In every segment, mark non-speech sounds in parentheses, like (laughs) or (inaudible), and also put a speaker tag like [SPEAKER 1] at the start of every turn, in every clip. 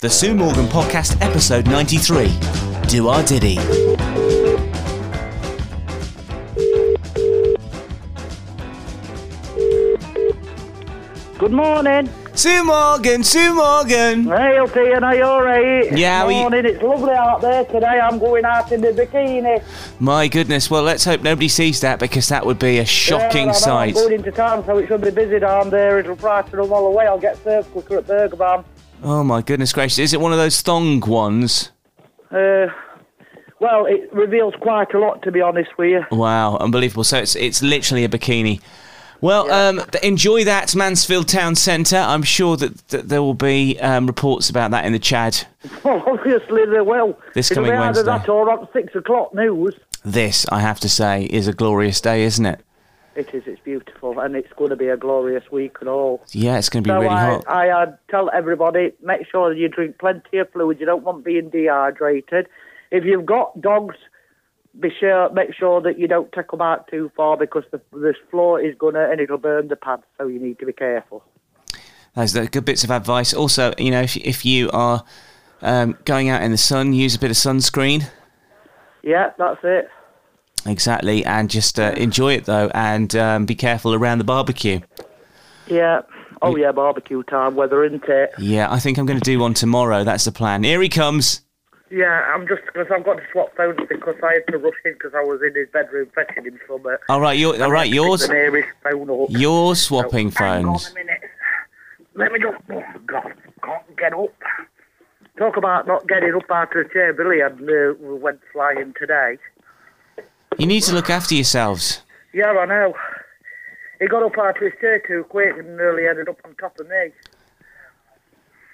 [SPEAKER 1] The Sue Morgan Podcast, episode 93. Do our Diddy.
[SPEAKER 2] Good morning.
[SPEAKER 1] Sue Morgan, Sue Morgan.
[SPEAKER 2] Hey, up here, are you alright?
[SPEAKER 1] Yeah, we-
[SPEAKER 2] Morning, it's lovely out there today. I'm going out in the bikini.
[SPEAKER 1] My goodness, well, let's hope nobody sees that because that would be a shocking
[SPEAKER 2] yeah, I know, I'm
[SPEAKER 1] sight.
[SPEAKER 2] going into town, so it should be busy down there. It'll price to run all the way. I'll get served quicker at Burger Barn.
[SPEAKER 1] Oh my goodness gracious, is it one of those thong ones?
[SPEAKER 2] Uh, well, it reveals quite a lot, to be honest with you. (laughs)
[SPEAKER 1] Wow, unbelievable. So it's it's literally a bikini. Well, um, th- enjoy that, Mansfield Town Centre. I'm sure that, that there will be um, reports about that in the chat.
[SPEAKER 2] Well, obviously they will.
[SPEAKER 1] This
[SPEAKER 2] It'll
[SPEAKER 1] coming
[SPEAKER 2] be
[SPEAKER 1] Wednesday.
[SPEAKER 2] either that or on six o'clock news.
[SPEAKER 1] This, I have to say, is a glorious day, isn't it?
[SPEAKER 2] It is. It's beautiful, and it's going to be a glorious week and all.
[SPEAKER 1] Yeah, it's going to be
[SPEAKER 2] So
[SPEAKER 1] really
[SPEAKER 2] I,
[SPEAKER 1] hot.
[SPEAKER 2] I uh, tell everybody, make sure you drink plenty of fluid. You don't want being dehydrated. If you've got dogs, be sure make sure that you don't take them out too far because the this floor is gonna and it'll burn the pads. So you need to be careful.
[SPEAKER 1] Those are good bits of advice. Also, you know, if if you are um, going out in the sun, use a bit of sunscreen.
[SPEAKER 2] Yeah, that's it.
[SPEAKER 1] Exactly, and just uh, enjoy it though, and um, be careful around the barbecue.
[SPEAKER 2] Yeah. Oh yeah, barbecue time, weather isn't it?
[SPEAKER 1] Yeah, I think I'm going to do one tomorrow. That's the plan. Here he comes.
[SPEAKER 2] Yeah, I'm just because I've got to swap phones because I had to rush in because I was in his bedroom fetching him somewhere.
[SPEAKER 1] All right, your, all right, yours,
[SPEAKER 2] The nearest phone up.
[SPEAKER 1] your swapping
[SPEAKER 2] Hang on
[SPEAKER 1] phones.
[SPEAKER 2] a minute. Let me just. Oh, God, can't get up. Talk about not getting up out of the chair. Billy had, uh, went flying today.
[SPEAKER 1] You need to look after yourselves.
[SPEAKER 2] Yeah, I know. He got up out of his chair too quick and nearly ended up on top of me.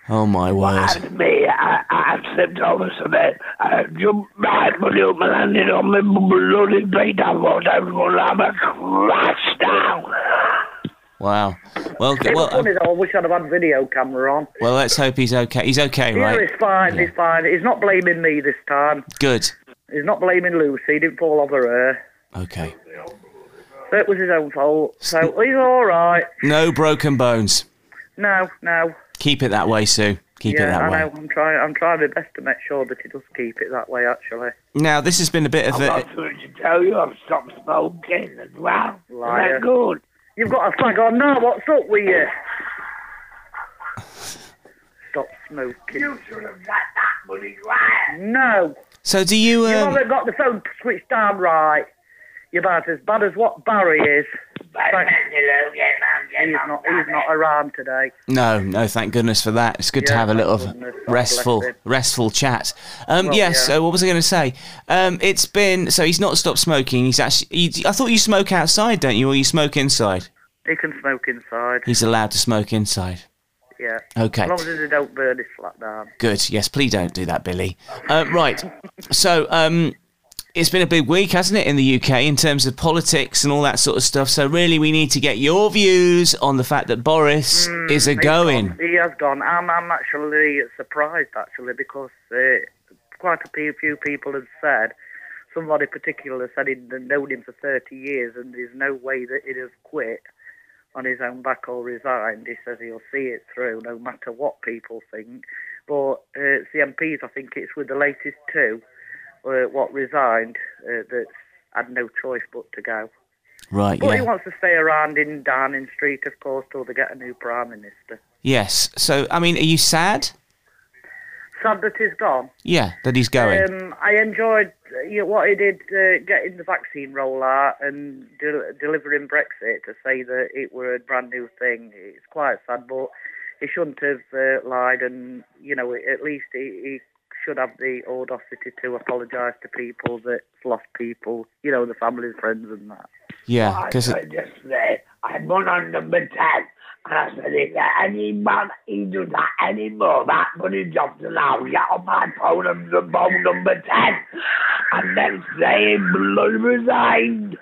[SPEAKER 1] Oh my word!
[SPEAKER 3] And me, I, I slipped over some it. I jumped right for you, and landed on my bloody feet. I thought I was going to have a crash down.
[SPEAKER 1] Wow. Well, g-
[SPEAKER 2] It was
[SPEAKER 1] well,
[SPEAKER 2] funny
[SPEAKER 1] uh,
[SPEAKER 2] though. I wish I'd have had video camera on.
[SPEAKER 1] well. Let's hope he's okay. He's okay,
[SPEAKER 2] Yeah,
[SPEAKER 1] right?
[SPEAKER 2] he's fine. He's fine. He's not blaming me this time.
[SPEAKER 1] Good.
[SPEAKER 2] He's not blaming Lucy. He didn't fall over her.
[SPEAKER 1] Okay.
[SPEAKER 2] It was his own fault. So he's all right.
[SPEAKER 1] No broken bones.
[SPEAKER 2] No, no.
[SPEAKER 1] Keep it that way, Sue. Keep it
[SPEAKER 2] Yeah,
[SPEAKER 1] that
[SPEAKER 2] I
[SPEAKER 1] way.
[SPEAKER 2] know. I'm trying. I'm trying my best to make sure that he does keep it that way. Actually.
[SPEAKER 1] Now, this has been a bit of
[SPEAKER 3] I've
[SPEAKER 1] a.
[SPEAKER 3] got something to tell you, I've stopped smoking as well.
[SPEAKER 2] Liar.
[SPEAKER 3] Isn't that good?
[SPEAKER 2] You've got a flag on now. What's up with you? Stop smoking.
[SPEAKER 3] You should have got that money right.
[SPEAKER 2] No,
[SPEAKER 1] So, do you.
[SPEAKER 2] you
[SPEAKER 1] Um,
[SPEAKER 2] haven't got the phone switched down right. You're about as bad as what Barry is.
[SPEAKER 3] But
[SPEAKER 2] Thank-
[SPEAKER 3] you get on, get
[SPEAKER 2] He's
[SPEAKER 3] on,
[SPEAKER 2] not.
[SPEAKER 3] get
[SPEAKER 2] He's not around today.
[SPEAKER 1] no, no, thank goodness for that. It's good to
[SPEAKER 2] Yeah,
[SPEAKER 1] have a
[SPEAKER 2] thank
[SPEAKER 1] little
[SPEAKER 2] goodness. God
[SPEAKER 1] restful,
[SPEAKER 2] bless him.
[SPEAKER 1] restful chat. Um, yes.
[SPEAKER 2] yeah.
[SPEAKER 1] So, what was I going to say? Um, it's been so he's not stopped smoking. He's actually. He, I thought you smoke outside, don't you, or you smoke inside?
[SPEAKER 2] He can smoke inside.
[SPEAKER 1] He's allowed to smoke inside.
[SPEAKER 2] Yeah.
[SPEAKER 1] Okay.
[SPEAKER 2] As long as he don't burn his flat down.
[SPEAKER 1] Good. Yes. Please don't do that, Billy. Uh, right. So, um, it's been a big week, hasn't it, in the UK in terms of politics and all that sort of stuff. So, really, we need to get your views on the fact that Boris
[SPEAKER 2] Hmm,
[SPEAKER 1] is a going.
[SPEAKER 2] He has gone. I'm. I'm actually surprised actually because uh, quite a few few people have said. Somebody particular said he'd known him for 30 years and there's no way that he'd have quit on his own back or resigned. He says he'll see it through no matter what people think. But uh, it's the MPs, I think it's with the latest two, uh, what resigned, uh, that's had no choice but to go.
[SPEAKER 1] Right.
[SPEAKER 2] But
[SPEAKER 1] yeah.
[SPEAKER 2] he wants to stay around in Downing Street, of course, till they get a new Prime Minister.
[SPEAKER 1] Yes. So, I mean, are you sad?
[SPEAKER 2] sad that he's gone.
[SPEAKER 1] Yeah, that he's going.
[SPEAKER 2] Um, I enjoyed uh, you know, what he did uh, getting the vaccine rollout and del- delivering Brexit to say that it were a brand new thing. It's quite sad, but he shouldn't have uh, lied, and you know at least he, he should have the audacity to apologise to people that's lost people, you know, the families, friends, and that.
[SPEAKER 1] yeah,
[SPEAKER 3] I
[SPEAKER 1] because
[SPEAKER 3] said yesterday, I went on number 10, and I said, if there any man, he does that anymore, that money jobs allowed, get on my phone and the phone number 10. And then say he bloody resigned.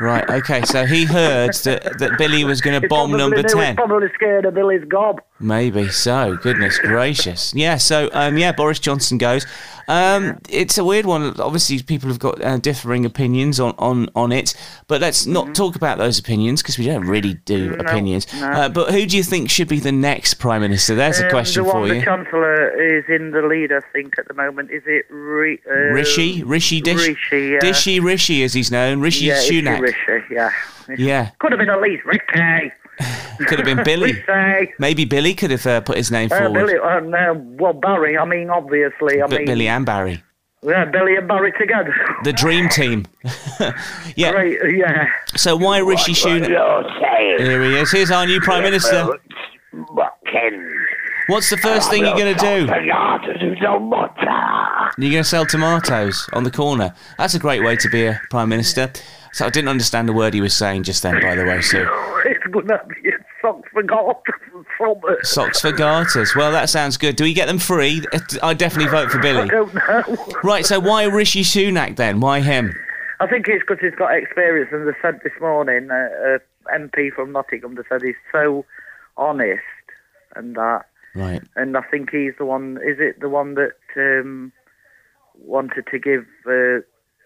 [SPEAKER 1] right. Okay, so he heard that that Billy was going to
[SPEAKER 2] He
[SPEAKER 1] bomb
[SPEAKER 2] probably
[SPEAKER 1] number
[SPEAKER 2] knew- he
[SPEAKER 1] ten.
[SPEAKER 2] Probably scared of Billy's gob.
[SPEAKER 1] Maybe so. Goodness gracious. Yeah. So um, yeah, Boris Johnson goes. Um, it's a weird one. Obviously, people have got uh, differing opinions on, on, on it. But let's not talk about those opinions because we don't really do
[SPEAKER 2] Mm-hmm. No,
[SPEAKER 1] opinions.
[SPEAKER 2] no.
[SPEAKER 1] Uh, but who do you think should be the next prime minister? There's a
[SPEAKER 2] Um,
[SPEAKER 1] question
[SPEAKER 2] the one
[SPEAKER 1] for
[SPEAKER 2] the
[SPEAKER 1] you.
[SPEAKER 2] Chancellor is in the lead, I think, at the moment. Is it Ri- uh,
[SPEAKER 1] Rishi, Rishi Dish,
[SPEAKER 2] Rishi, yeah.
[SPEAKER 1] Dishy Rishi, as he's known, Rishi
[SPEAKER 2] yeah, it's
[SPEAKER 1] Sunak.
[SPEAKER 2] Rishi, yeah.
[SPEAKER 1] Yeah,
[SPEAKER 2] Could have been at least Ricky.
[SPEAKER 1] could have been
[SPEAKER 2] (laughs)
[SPEAKER 1] Billy.
[SPEAKER 2] Rishi.
[SPEAKER 1] Maybe Billy could have uh, put his name
[SPEAKER 2] Uh,
[SPEAKER 1] forward.
[SPEAKER 2] Billy, uh, no, well, Barry, I mean, obviously. I
[SPEAKER 1] but
[SPEAKER 2] mean,
[SPEAKER 1] Billy and Barry,
[SPEAKER 2] Yeah, Billy and Barry together.
[SPEAKER 1] the dream team. (laughs) yeah.
[SPEAKER 2] Great, yeah. (laughs)
[SPEAKER 1] So why Rishi Sunak?
[SPEAKER 3] You're saying.
[SPEAKER 1] Here he is. Here's our new prime minister.
[SPEAKER 3] Fucking.
[SPEAKER 1] What's the first thing you're going to do?
[SPEAKER 3] Bananas who don't want that.
[SPEAKER 1] You're going to sell tomatoes on the corner. That's a great way to be a prime minister. So I didn't understand a word he was saying just then, by the way. So
[SPEAKER 2] It's going to be a socks for God (laughs) uh, from us.
[SPEAKER 1] socks for garters. Well, that sounds good. Do we get them free? I definitely vote for Billy.
[SPEAKER 2] I don't know.
[SPEAKER 1] Right. So why Rishi Sunak then? Why him?
[SPEAKER 2] I think it's because he's got experience. And they said this morning, uh, uh, MP from Nottingham, they said he's so honest and that.
[SPEAKER 1] Right.
[SPEAKER 2] And I think he's the one, is it the one that um, wanted to give uh,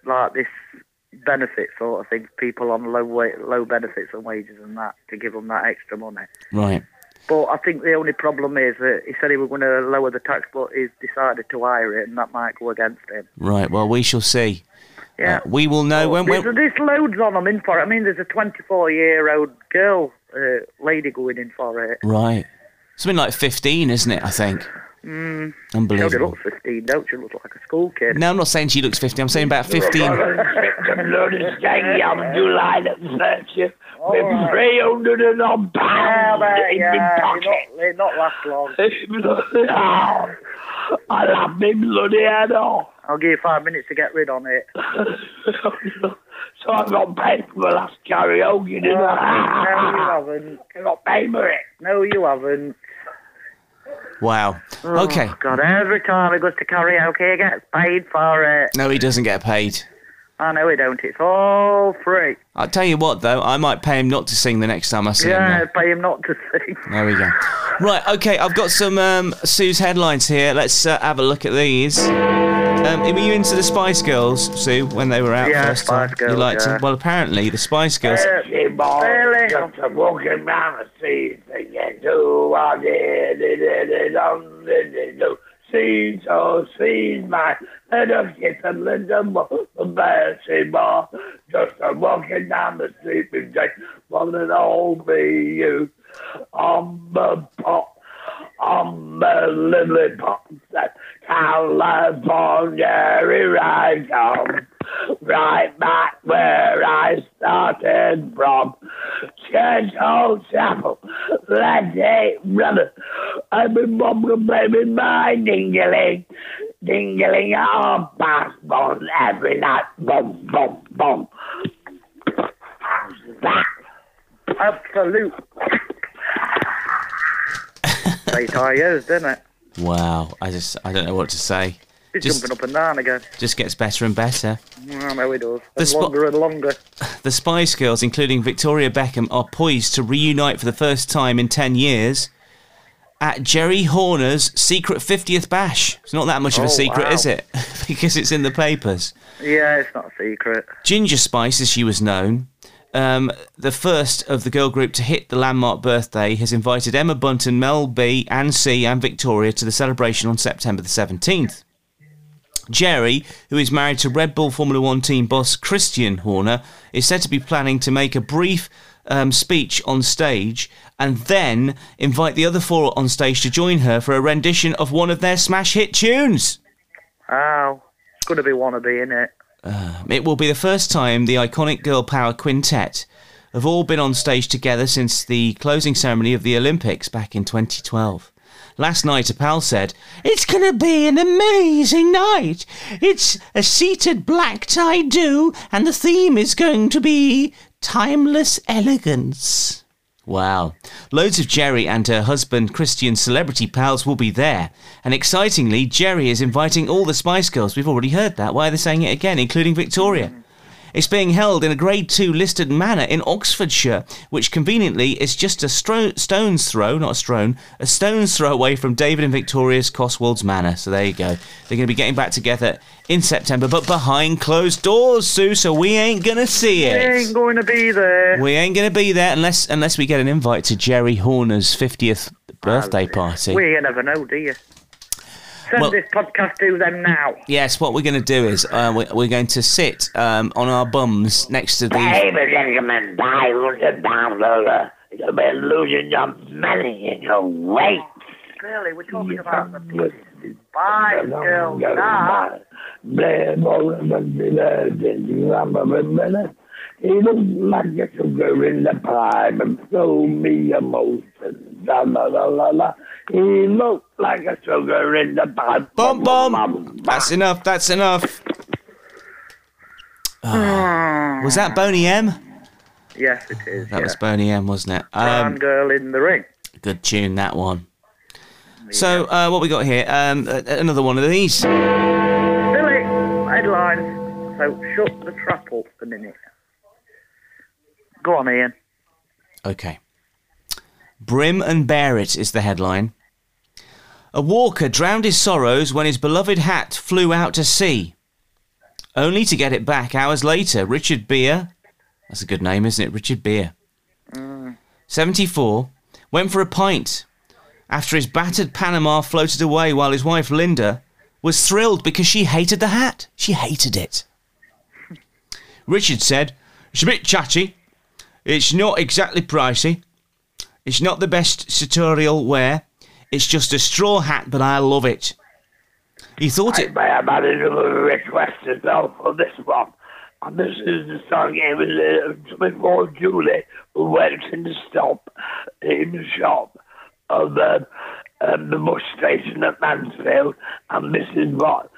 [SPEAKER 2] like this benefit sort of thing, people on low wa- low benefits and wages and that, to give them that extra money.
[SPEAKER 1] Right.
[SPEAKER 2] But I think the only problem is that he said he was going to lower the tax, but he's decided to higher it, and that might go against him.
[SPEAKER 1] Right. Well, we shall see. Uh,
[SPEAKER 2] Yeah. Oh,
[SPEAKER 1] We will know when.
[SPEAKER 2] there's,
[SPEAKER 1] when
[SPEAKER 2] there's loads on them in for it. I mean, there's a 24 year old girl, uh, lady going in for it.
[SPEAKER 1] right. Something like 15, isn't it? I think.
[SPEAKER 2] She
[SPEAKER 1] Unbelievable.
[SPEAKER 2] looks 15, Mm. don't she? Looks like a school kid.
[SPEAKER 1] No, I'm not saying she looks 50. I'm saying about 15.
[SPEAKER 3] Victim loaded stanky on July the 30th with 300 and odd
[SPEAKER 2] Yeah,
[SPEAKER 3] pounds
[SPEAKER 2] but,
[SPEAKER 3] in
[SPEAKER 2] yeah,
[SPEAKER 3] my
[SPEAKER 2] it'll
[SPEAKER 3] pocket.
[SPEAKER 2] not, it'll not last long.
[SPEAKER 3] Oh, I'll have me bloody head off. (laughs)
[SPEAKER 2] I'll give you five minutes to get rid on it.
[SPEAKER 3] so I got paid for my last karaoke, didn't
[SPEAKER 2] no, you
[SPEAKER 3] I?
[SPEAKER 2] haven't.
[SPEAKER 3] I got paid for it.
[SPEAKER 2] No, you haven't.
[SPEAKER 1] Wow. Okay.
[SPEAKER 2] Oh, God, every time he goes to karaoke, he gets paid for it.
[SPEAKER 1] No, he doesn't get paid.
[SPEAKER 2] I know he don't. It's all free.
[SPEAKER 1] I'll tell you what, though, I might pay him not to sing the next time I see
[SPEAKER 2] Yeah,
[SPEAKER 1] him.
[SPEAKER 2] pay him not to sing. (laughs)
[SPEAKER 1] There. there we go. Right, okay, I've got some um, Sue's headlines here. Let's uh, have a look at these. Um, were you into the Spice Girls, Sue, when they were out
[SPEAKER 2] Yeah,
[SPEAKER 1] first
[SPEAKER 2] Spice
[SPEAKER 1] time?
[SPEAKER 2] Girls,
[SPEAKER 1] you liked
[SPEAKER 2] yeah.
[SPEAKER 1] them? Well, apparently, the Spice Girls.
[SPEAKER 3] She bought
[SPEAKER 2] Really?
[SPEAKER 3] just a walking round the sea singing do I did it did it on did it do seeds oh seeds my little kiss and little more bear she bought just a walking down the street with Jake one and all be you on the pot on the lily pot that California here I come right back where I started from church old chapel let's say brother I've been bumping baby my dingling dingling all past bones every night boom boom boom
[SPEAKER 1] (laughs)
[SPEAKER 2] Absolute. Say tires, didn't it?
[SPEAKER 1] Wow, I just, I don't know what to say.
[SPEAKER 2] He's
[SPEAKER 1] Just-
[SPEAKER 2] jumping up and down again.
[SPEAKER 1] Just gets better and better.
[SPEAKER 2] I know he does.
[SPEAKER 1] The
[SPEAKER 2] And
[SPEAKER 1] spot-
[SPEAKER 2] longer and longer.
[SPEAKER 1] The Spice Girls, including Victoria Beckham, are poised to reunite for the first time in 10 years at Jerry Horner's secret 50th bash. It's not that much of
[SPEAKER 2] Oh,
[SPEAKER 1] a secret,
[SPEAKER 2] wow.
[SPEAKER 1] is it? (laughs) because it's in the papers.
[SPEAKER 2] Yeah, it's not a secret.
[SPEAKER 1] Ginger Spice, as she was known, um, the first of the girl group to hit the landmark birthday, has invited Emma Bunton, Mel B, Anne C, and Victoria to the celebration on September the 17th. Jerry, who is married to Red Bull Formula One team boss Christian Horner, is said to be planning to make a brief um, speech on stage and then invite the other four on stage to join her for a rendition of one of their smash hit tunes.
[SPEAKER 2] Ow. It's going to be wannabe, innit? it?
[SPEAKER 1] It will be the first time the iconic girl power quintet have all been on stage together since the closing ceremony of the Olympics back in 2012. Last night, a pal said, It's gonna be an amazing night. It's a seated black tie do, and the theme is going to be timeless elegance. Wow. Loads of Jerry and her husband, Christian celebrity pals, will be there. And excitingly, Jerry is inviting all the Spice Girls. We've already heard that. Why are they saying it again, including Victoria? It's being held in a Grade 2 listed manor in Oxfordshire, which conveniently is just a stro- stone's throw, not a strone, a stone's throw away from David and Victoria's Coswolds Manor. So there you go. They're going to be getting back together in September, but behind closed doors, Sue, so we ain't going to see
[SPEAKER 2] They
[SPEAKER 1] it.
[SPEAKER 2] ain't going to be there.
[SPEAKER 1] We ain't going to be there unless unless we get an invite to Jerry Horner's 50th birthday party.
[SPEAKER 2] Well, you never know, do you? Send
[SPEAKER 1] Well-
[SPEAKER 2] this podcast to them now.
[SPEAKER 1] Yes, what we're going to do is uh, we- we're going to sit um, on our bums next to the.
[SPEAKER 3] Ladies and gentlemen, I want to download You've been losing your money and your weight.
[SPEAKER 2] Clearly, we're talking about the Bye, till now.
[SPEAKER 3] uh, He looks like a sugar in the prime and so me emotion. La la la la la. He looks like a sugar in the prime.
[SPEAKER 1] Bum bum! That's enough, that's enough. Ah, was that Boney M?
[SPEAKER 2] Yes, it is.
[SPEAKER 1] That
[SPEAKER 2] yeah.
[SPEAKER 1] was Boney M, wasn't it?
[SPEAKER 2] Brown
[SPEAKER 1] Um,
[SPEAKER 2] girl in the ring.
[SPEAKER 1] good tune, that one. So, uh, what we got here? Um, a- another one of these.
[SPEAKER 2] Billy, headlines. So shut the trap up a minute. Go on, Ian.
[SPEAKER 1] Okay. Brim and Bear It is the headline. A walker drowned his sorrows when his beloved hat flew out to sea, only to get it back hours later. Richard Beer, that's a good name, isn't it? Richard Beer, 74, went for a pint after his battered Panama floated away while his wife Linda was thrilled because she hated the hat. She hated it. (laughs) Richard said, It's a bit chatty, it's not exactly pricey. It's not the best sartorial wear. It's just a straw hat, but I love it. He thought it.
[SPEAKER 3] I had a request as well for this one. And this is the song it was uh, before Julie went in the stop in the shop of uh, um, the bus station at Mansfield, and this is what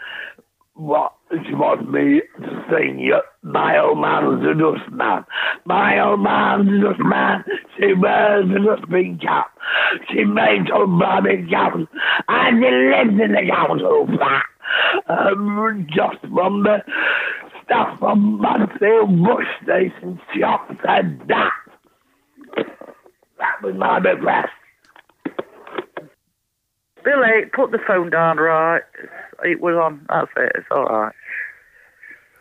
[SPEAKER 3] what she wants me to sing. uh, My old man's a dustman. My old man's a dustman. She wears a dustbin cap. She makes her bloody gowns. And she lives in the council flat. Um, just from the stuff from Mansfield bus station shop said that. That was my request.
[SPEAKER 2] Billy, put the phone down, right? It was on. That's it. It's all right.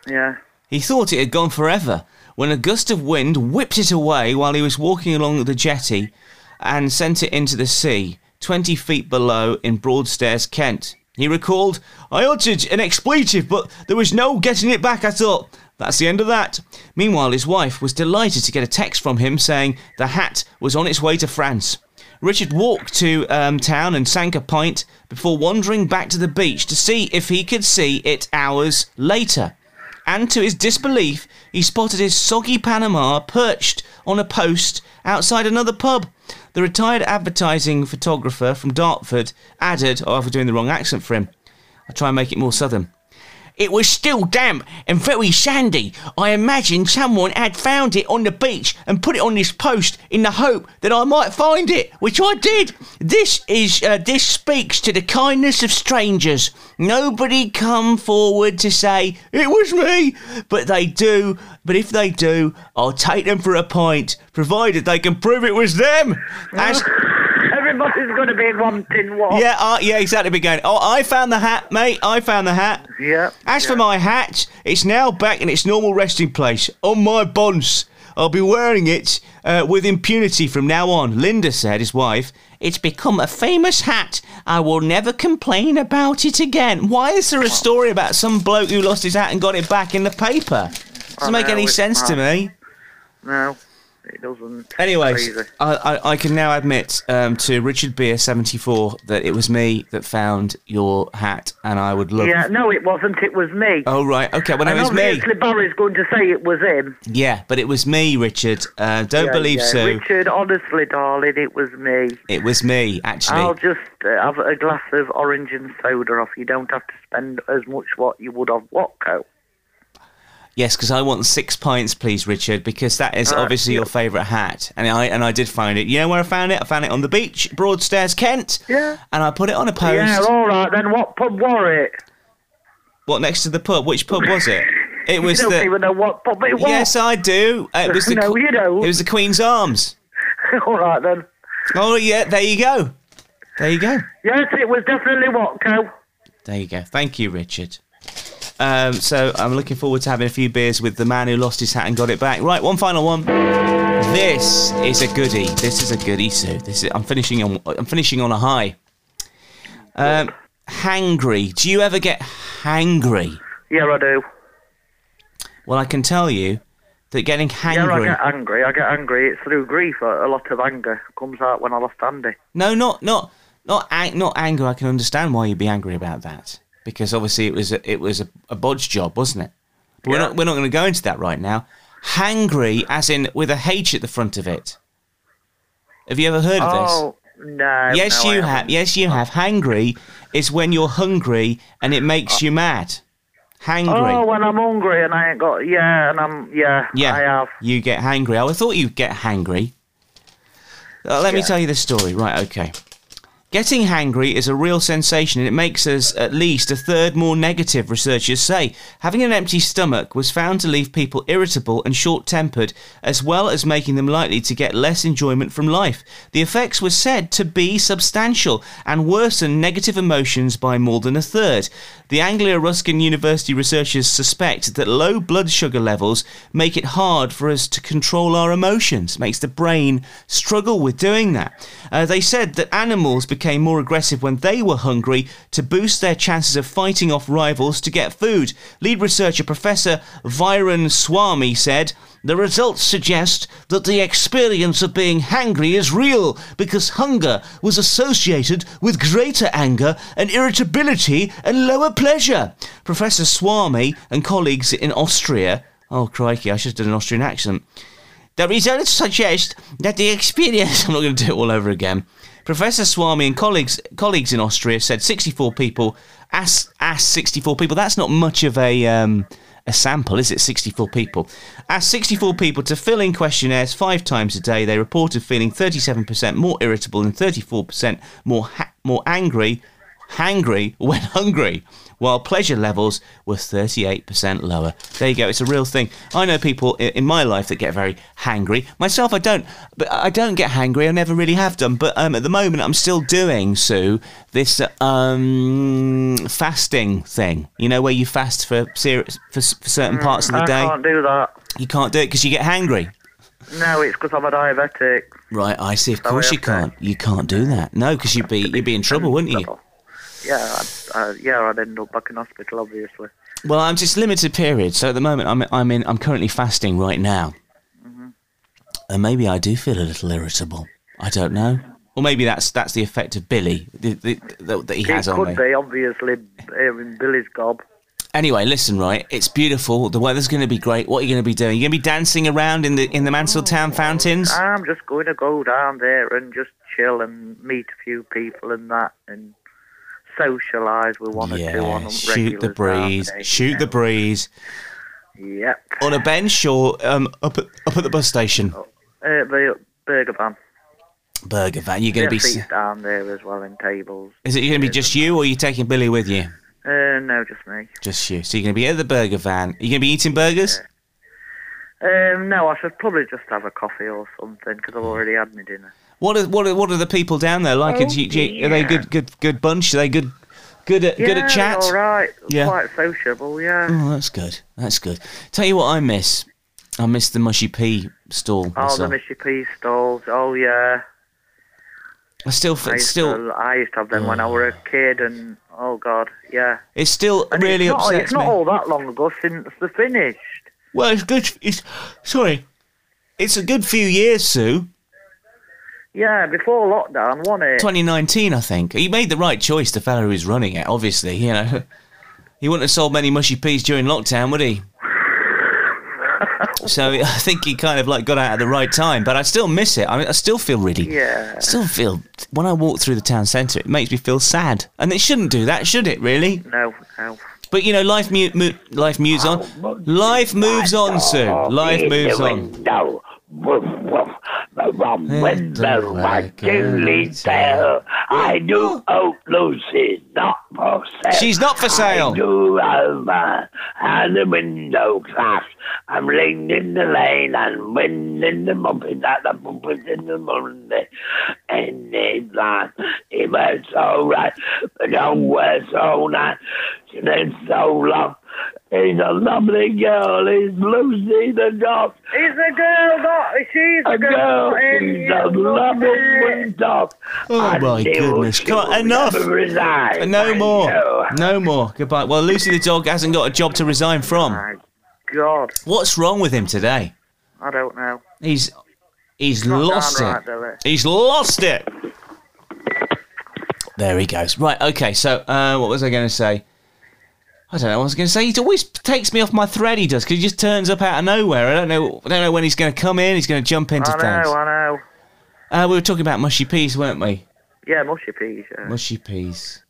[SPEAKER 2] Yeah. (laughs)
[SPEAKER 1] He thought it had gone forever when a gust of wind whipped it away while he was walking along the jetty, and sent it into the sea, twenty feet below in Broadstairs, Kent. He recalled, "I uttered an expletive, but there was no getting it back. I thought that's the end of that." Meanwhile, his wife was delighted to get a text from him saying the hat was on its way to France. Richard walked to um, town and sank a pint before wandering back to the beach to see if he could see it hours later. And to his disbelief, he spotted his soggy Panama perched on a post outside another pub. The retired advertising photographer from Dartford added, oh, I'm doing the wrong accent for him. I'll try and make it more southern. It was still damp and very sandy. I imagine someone had found it on the beach and put it on this post in the hope that I might find it, which I did. This is uh, this speaks to the kindness of strangers. Nobody come forward to say it was me, but they do. But if they do, I'll take them for a pint, provided they can prove it was them. As-
[SPEAKER 2] Everybody's going to be wanting what?
[SPEAKER 1] yeah, uh, yeah, exactly. Be going. Oh, I found the hat, mate. I found the hat.
[SPEAKER 2] Yeah.
[SPEAKER 1] As for
[SPEAKER 2] yeah.
[SPEAKER 1] my hat, it's now back in its normal resting place on my bonce. I'll be wearing it uh, with impunity from now on. Linda said, his wife, it's become a famous hat. I will never complain about it again. Why is there a story about some bloke who lost his hat and got it back in the paper? Doesn't make
[SPEAKER 2] know,
[SPEAKER 1] any
[SPEAKER 2] it's
[SPEAKER 1] sense to
[SPEAKER 2] mad.
[SPEAKER 1] me.
[SPEAKER 2] No, it doesn't.
[SPEAKER 1] Anyways,
[SPEAKER 2] Crazy.
[SPEAKER 1] I, I, I can now admit um, to Richard Beer seventy four that it was me that found your hat, and I would love.
[SPEAKER 2] Yeah, no, it wasn't. It was me.
[SPEAKER 1] Oh right, okay. Well, no,
[SPEAKER 2] and
[SPEAKER 1] it was me.
[SPEAKER 2] obviously, Barry's going to say it was him.
[SPEAKER 1] Yeah, but it was me, Richard. Uh, don't
[SPEAKER 2] Yeah,
[SPEAKER 1] believe
[SPEAKER 2] yeah.
[SPEAKER 1] so.
[SPEAKER 2] Richard, honestly, darling, it was me.
[SPEAKER 1] It was me, actually.
[SPEAKER 2] I'll just uh, have a glass of orange and soda off. You don't have to spend as much what you would on Watco.
[SPEAKER 1] Yes, because I want six pints, please, Richard, because that is obviously your favourite hat, and I and I did find it. You know where I found it? I found it on the beach, Broadstairs, Kent.
[SPEAKER 2] Yeah.
[SPEAKER 1] And I put it on a post.
[SPEAKER 2] Yeah, all right then. What pub were it?
[SPEAKER 1] What next to the pub? Which pub was it?
[SPEAKER 2] (laughs)
[SPEAKER 1] It was
[SPEAKER 2] you don't
[SPEAKER 1] the-
[SPEAKER 2] even know what pub it was.
[SPEAKER 1] Yes, I do. Uh, It was the
[SPEAKER 2] (laughs) No,
[SPEAKER 1] que-
[SPEAKER 2] you don't.
[SPEAKER 1] It was the Queen's Arms.
[SPEAKER 2] (laughs) All right then.
[SPEAKER 1] Oh yeah, there you go. There you go.
[SPEAKER 2] Yes, it was definitely Watco.
[SPEAKER 1] There you go. Thank you, Richard. Um, so I'm looking forward to having a few beers with the man who lost his hat and got it back. Right, one final one. This is a goodie. This is a goodie, Sue. This is. I'm finishing on. I'm finishing on a high. Um, hangry. Do you ever get hangry?
[SPEAKER 2] Yeah, I do.
[SPEAKER 1] Well, I can tell you that getting
[SPEAKER 2] Yeah, I
[SPEAKER 1] hangry.
[SPEAKER 2] get angry. I get angry. It's through grief. A, a lot of anger comes out when I lost Andy.
[SPEAKER 1] No, not not not ang- not anger. I can understand why you'd be angry about that because obviously it was a, it was a, a bodge job, wasn't it? But we're
[SPEAKER 2] Yeah.
[SPEAKER 1] not we're not going to go into that right now. Hangry, as in with a H at the front of it. Have you ever heard of
[SPEAKER 2] Oh no.
[SPEAKER 1] this? Yes,
[SPEAKER 2] no, I
[SPEAKER 1] you
[SPEAKER 2] haven't.
[SPEAKER 1] have. Yes, you have. Hangry is when you're hungry and it makes you mad. Hangry.
[SPEAKER 2] Oh, when I'm hungry and I ain't got yeah, and I'm yeah,
[SPEAKER 1] Yeah,
[SPEAKER 2] I have.
[SPEAKER 1] You get hangry. I thought you'd get hangry. Uh, let me tell you the story. Right, okay. Getting hangry is a real sensation, and it makes us at least a third more negative, researchers say. Having an empty stomach was found to leave people irritable and short tempered, as well as making them likely to get less enjoyment from life. The effects were said to be substantial and worsen negative emotions by more than a third. The Anglia Ruskin University researchers suspect that low blood sugar levels make it hard for us to control our emotions, makes the brain struggle with doing that. Uh, they said that animals became more aggressive when they were hungry to boost their chances of fighting off rivals to get food. Lead researcher Professor Viren Swamy said, the results suggest that the experience of being hangry is real because hunger was associated with greater anger and irritability and lower pleasure. Professor Swamy and colleagues in Austria. Oh, crikey, I should have done an Austrian accent. The results suggest that the experience. (laughs) I'm not going to do it all over again. Professor Swami and colleagues colleagues in Austria said 64 people asked asked 64 people. That's not much of a um, a sample, is it? 64 people asked 64 people to fill in questionnaires five times a day. They reported feeling 37% more irritable and 34% more ha- more angry, hangry when (laughs) hungry. While pleasure levels were 38% lower. There you go, it's a real thing. I know people i- in my life that get very hangry. Myself, I don't, but I don't get hangry. I never really have done. But um, at the moment, I'm still doing, Sue, this uh, um, fasting thing. You know, where you fast for, ser- for, s- for certain parts of the
[SPEAKER 2] Mm, I
[SPEAKER 1] day.
[SPEAKER 2] can't do that.
[SPEAKER 1] You can't do it because you get hangry.
[SPEAKER 2] No, it's because I'm a diabetic.
[SPEAKER 1] Right, I see. Of course you
[SPEAKER 2] Oh, okay.
[SPEAKER 1] can't. You can't do that. No, because you'd be you'd be in trouble, wouldn't you?
[SPEAKER 2] Yeah, I'd, uh, yeah, I'd end up back in hospital, obviously.
[SPEAKER 1] Well, I'm just limited period. So at the moment, I'm I'm in I'm currently fasting right now,
[SPEAKER 2] Mm-hmm.
[SPEAKER 1] and maybe I do feel a little irritable. I don't know. Or maybe that's that's the effect of Billy the, the, that that he has
[SPEAKER 2] it
[SPEAKER 1] on
[SPEAKER 2] could
[SPEAKER 1] me.
[SPEAKER 2] be, obviously, hearing Billy's gob.
[SPEAKER 1] Anyway, listen, right? It's beautiful. The weather's going to be great. What are you going to be doing? You're going to be dancing around in the in the Mansfield Town fountains.
[SPEAKER 2] I'm just going to go down there and just chill and meet a few people and that and socialise with one or two on
[SPEAKER 1] Yeah,
[SPEAKER 2] a
[SPEAKER 1] shoot the
[SPEAKER 2] regular down
[SPEAKER 1] breeze.
[SPEAKER 2] day,
[SPEAKER 1] Shoot the
[SPEAKER 2] you
[SPEAKER 1] breeze.
[SPEAKER 2] know. Yep.
[SPEAKER 1] on a bench or um, up at, up at the bus station.
[SPEAKER 2] Uh, the burger van.
[SPEAKER 1] Burger van, you're going to
[SPEAKER 2] There's
[SPEAKER 1] be.
[SPEAKER 2] seats down there as well in tables.
[SPEAKER 1] Is it going to be just you, or are you taking Billy with you?
[SPEAKER 2] Uh, no, just me.
[SPEAKER 1] Just you. So you're going to be at the burger van. You're going to be eating burgers.
[SPEAKER 2] Um, no, I should probably just have a coffee or something because I've already had my dinner.
[SPEAKER 1] What are what are, what are the people down there like? Are,
[SPEAKER 2] Oh,
[SPEAKER 1] you- do you- are they good good good bunch? Are they good good at, good
[SPEAKER 2] Yeah,
[SPEAKER 1] at chat?
[SPEAKER 2] All right,
[SPEAKER 1] Yeah.
[SPEAKER 2] quite sociable. Yeah.
[SPEAKER 1] Oh, that's good. That's good. Tell you what, I miss. I miss the mushy pea stall.
[SPEAKER 2] Oh, the
[SPEAKER 1] myself.
[SPEAKER 2] Missy P stalls. Oh yeah.
[SPEAKER 1] I still f-
[SPEAKER 2] I
[SPEAKER 1] it's
[SPEAKER 2] used
[SPEAKER 1] still Mm.
[SPEAKER 2] to, I used to have them when I were a kid, and oh god, yeah.
[SPEAKER 1] it's still
[SPEAKER 2] And
[SPEAKER 1] really
[SPEAKER 2] it's not,
[SPEAKER 1] upsets
[SPEAKER 2] It's not
[SPEAKER 1] me.
[SPEAKER 2] all that long ago since the finished.
[SPEAKER 1] Well, it's good. It's sorry. It's a good few years, Sue.
[SPEAKER 2] Yeah, before lockdown, wasn't it?
[SPEAKER 1] 2019, I think. He made the right choice, the fella who's running it, obviously, you know. He wouldn't have sold many mushy peas during lockdown, would he? so I think he kind of like got out at the right time, but I still miss it. I mean, I still feel really,
[SPEAKER 2] Yeah.
[SPEAKER 1] still feel when I walk through the town centre, it makes me feel sad, and it shouldn't do that, should it? Really?
[SPEAKER 2] No, no.
[SPEAKER 1] But you know, life mu- mo- life moves on.
[SPEAKER 3] but-
[SPEAKER 1] Life moves on, Sue. Life
[SPEAKER 3] in
[SPEAKER 1] moves
[SPEAKER 3] the
[SPEAKER 1] on.
[SPEAKER 3] window. Woof, woof. from window my chimney tail. I do hope Lucy's not for sale.
[SPEAKER 1] She's not for
[SPEAKER 3] I
[SPEAKER 1] sale.
[SPEAKER 3] do over at the window class. I'm leaning the lane and winning the muppet at the puppet in the Monday. And it's like, it was so right, but don't wear so nice. She lives so long. He's a lovely girl. He's Lucy the dog.
[SPEAKER 2] He's a girl, not she's
[SPEAKER 3] A girl. She's a lovely dog.
[SPEAKER 1] Oh,
[SPEAKER 3] I
[SPEAKER 1] my
[SPEAKER 3] knew
[SPEAKER 1] goodness.
[SPEAKER 3] she
[SPEAKER 1] Come on,
[SPEAKER 3] would
[SPEAKER 1] enough.
[SPEAKER 3] never resign. I
[SPEAKER 1] No
[SPEAKER 3] know.
[SPEAKER 1] more. No more. Goodbye. Well, Lucy the dog hasn't got a job to resign from.
[SPEAKER 2] My God,
[SPEAKER 1] What's wrong with him today?
[SPEAKER 2] I don't know.
[SPEAKER 1] He's he's
[SPEAKER 2] Not
[SPEAKER 1] lost
[SPEAKER 2] downright,
[SPEAKER 1] it.
[SPEAKER 2] though, eh?
[SPEAKER 1] He's lost it. There he goes. Right. Okay. So, uh, what was I going to say? I don't know what I was going to say. He always takes me off my thread. He does because he just turns up out of nowhere. I don't know. I don't know when he's going to come in. He's going to jump into
[SPEAKER 2] I
[SPEAKER 1] things.
[SPEAKER 2] know, I know.
[SPEAKER 1] Uh, we were talking about mushy peas, weren't we?
[SPEAKER 2] Yeah, mushy peas. Yeah.
[SPEAKER 1] Mushy peas.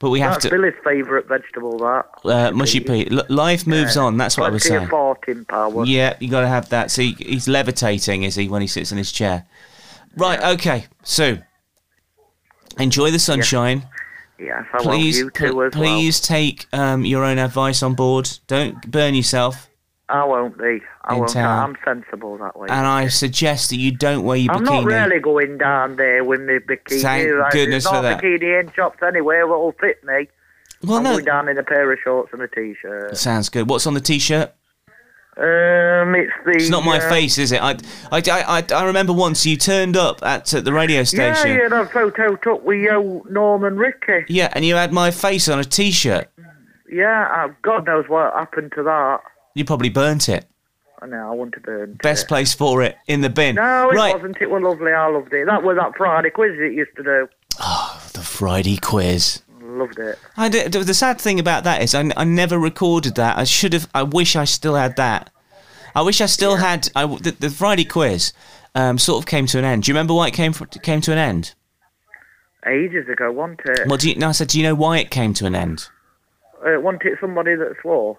[SPEAKER 1] But we have
[SPEAKER 2] That's
[SPEAKER 1] to
[SPEAKER 2] Billy's favourite vegetable. That.
[SPEAKER 1] uh, mushy pea. L- life moves on. That's what I was
[SPEAKER 2] Plenty of
[SPEAKER 1] saying.
[SPEAKER 2] fart in power.
[SPEAKER 1] Yeah, you got to have that. So he, he's levitating, is he, when he sits in his chair? Right. Okay. So enjoy the sunshine.
[SPEAKER 2] Yes, I want
[SPEAKER 1] Please,
[SPEAKER 2] you two
[SPEAKER 1] pl-
[SPEAKER 2] as well.
[SPEAKER 1] please take um, your own advice on board. Don't burn yourself.
[SPEAKER 2] I won't be. I
[SPEAKER 1] In
[SPEAKER 2] won't.
[SPEAKER 1] town.
[SPEAKER 2] I'm sensible that way.
[SPEAKER 1] And I suggest that you don't wear your
[SPEAKER 2] I'm
[SPEAKER 1] bikini.
[SPEAKER 2] not really going down there with my bikini.
[SPEAKER 1] Thank
[SPEAKER 2] Like,
[SPEAKER 1] goodness
[SPEAKER 2] there's no
[SPEAKER 1] for that.
[SPEAKER 2] bikini in shops anywhere that'll fit me.
[SPEAKER 1] well,
[SPEAKER 2] I'm
[SPEAKER 1] no.
[SPEAKER 2] going down in a pair of shorts and a t-shirt.
[SPEAKER 1] Sounds good. What's on the t-shirt?
[SPEAKER 2] Um, it's the.
[SPEAKER 1] It's not my
[SPEAKER 2] uh,
[SPEAKER 1] face, is it? I, I, I, I- I remember once you turned up at uh, the radio
[SPEAKER 2] Yeah,
[SPEAKER 1] station.
[SPEAKER 2] yeah, that photo took with yo Norman Ricky.
[SPEAKER 1] Yeah, and you had my face on a t-shirt.
[SPEAKER 2] Yeah, uh, God knows what happened to that.
[SPEAKER 1] You probably burnt it.
[SPEAKER 2] I know, I want to burn. to
[SPEAKER 1] Best
[SPEAKER 2] it.
[SPEAKER 1] place for it in the bin.
[SPEAKER 2] No, it
[SPEAKER 1] right.
[SPEAKER 2] wasn't. It was lovely. I loved it. That was that Friday quiz it used to do.
[SPEAKER 1] The Friday quiz.
[SPEAKER 2] Loved it.
[SPEAKER 1] I did, the sad thing about that is I, n- I never recorded that. I should have. I wish I still had that. I wish I still had I w the, the Friday quiz. Um, sort of came to an end. Do you remember why it came fr- came to an end?
[SPEAKER 2] Ages ago, wasn't it?
[SPEAKER 1] Well, do you, no, I said, do you know why it came to an end?
[SPEAKER 2] Uh, wasn't it somebody that swore?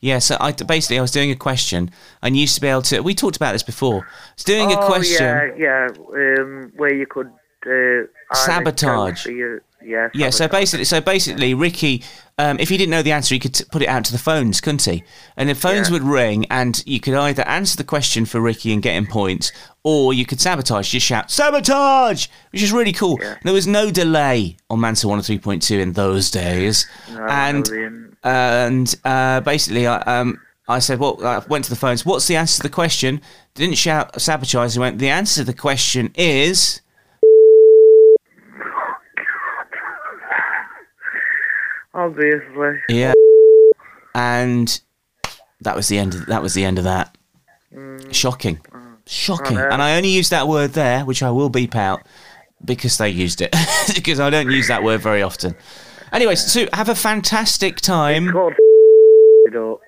[SPEAKER 1] Yeah, so I basically I was doing a question and used to be able to. We talked about this before. I was doing a
[SPEAKER 2] oh,
[SPEAKER 1] question.
[SPEAKER 2] yeah, yeah. Um, where you could uh, either go
[SPEAKER 1] Sabotage.
[SPEAKER 2] for your- yeah,
[SPEAKER 1] Yeah, so
[SPEAKER 2] sabotage.
[SPEAKER 1] basically, so basically, Ricky, um, if he didn't know the answer, he could t- put it out to the phones, couldn't he? And the phones
[SPEAKER 2] Yeah.
[SPEAKER 1] would ring, and you could either answer the question for Ricky and get him points, or you could sabotage, just shout sabotage, which is really cool. There was no delay on Mansell one hundred three point two in those days, and
[SPEAKER 2] brilliant.
[SPEAKER 1] and uh, basically, I um, I said, well, I went to the phones. What's the answer to the question? Didn't shout sabotage. He went. The answer to the question is.
[SPEAKER 2] obviously.
[SPEAKER 1] Yeah. And that was the end of that was the end of that. Shocking. Shocking. and I only used that word there, which I will beep out because they used it. (laughs) because I don't use that word very often. Anyways, Sue, have a fantastic time.
[SPEAKER 2] God, it up.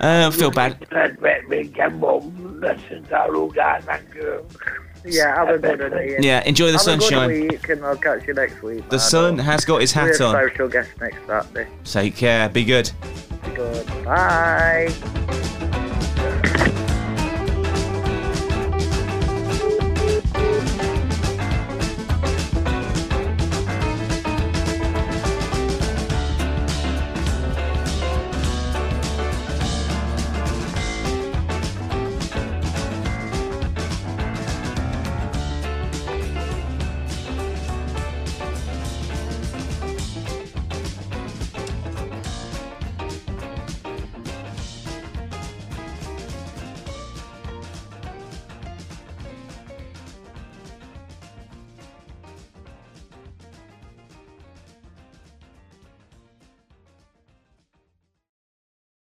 [SPEAKER 1] Uh, feel bad.
[SPEAKER 3] Let me get home. Listen to all that. Thank you.
[SPEAKER 2] Yeah, have a good one. Ian.
[SPEAKER 1] Yeah, enjoy the
[SPEAKER 2] Have a
[SPEAKER 1] sunshine.
[SPEAKER 2] good week, and I'll catch you next week.
[SPEAKER 1] The sun has got his
[SPEAKER 2] We're
[SPEAKER 1] hat on.
[SPEAKER 2] special guest next Saturday.
[SPEAKER 1] Take care. Be good.
[SPEAKER 2] Be good. Bye.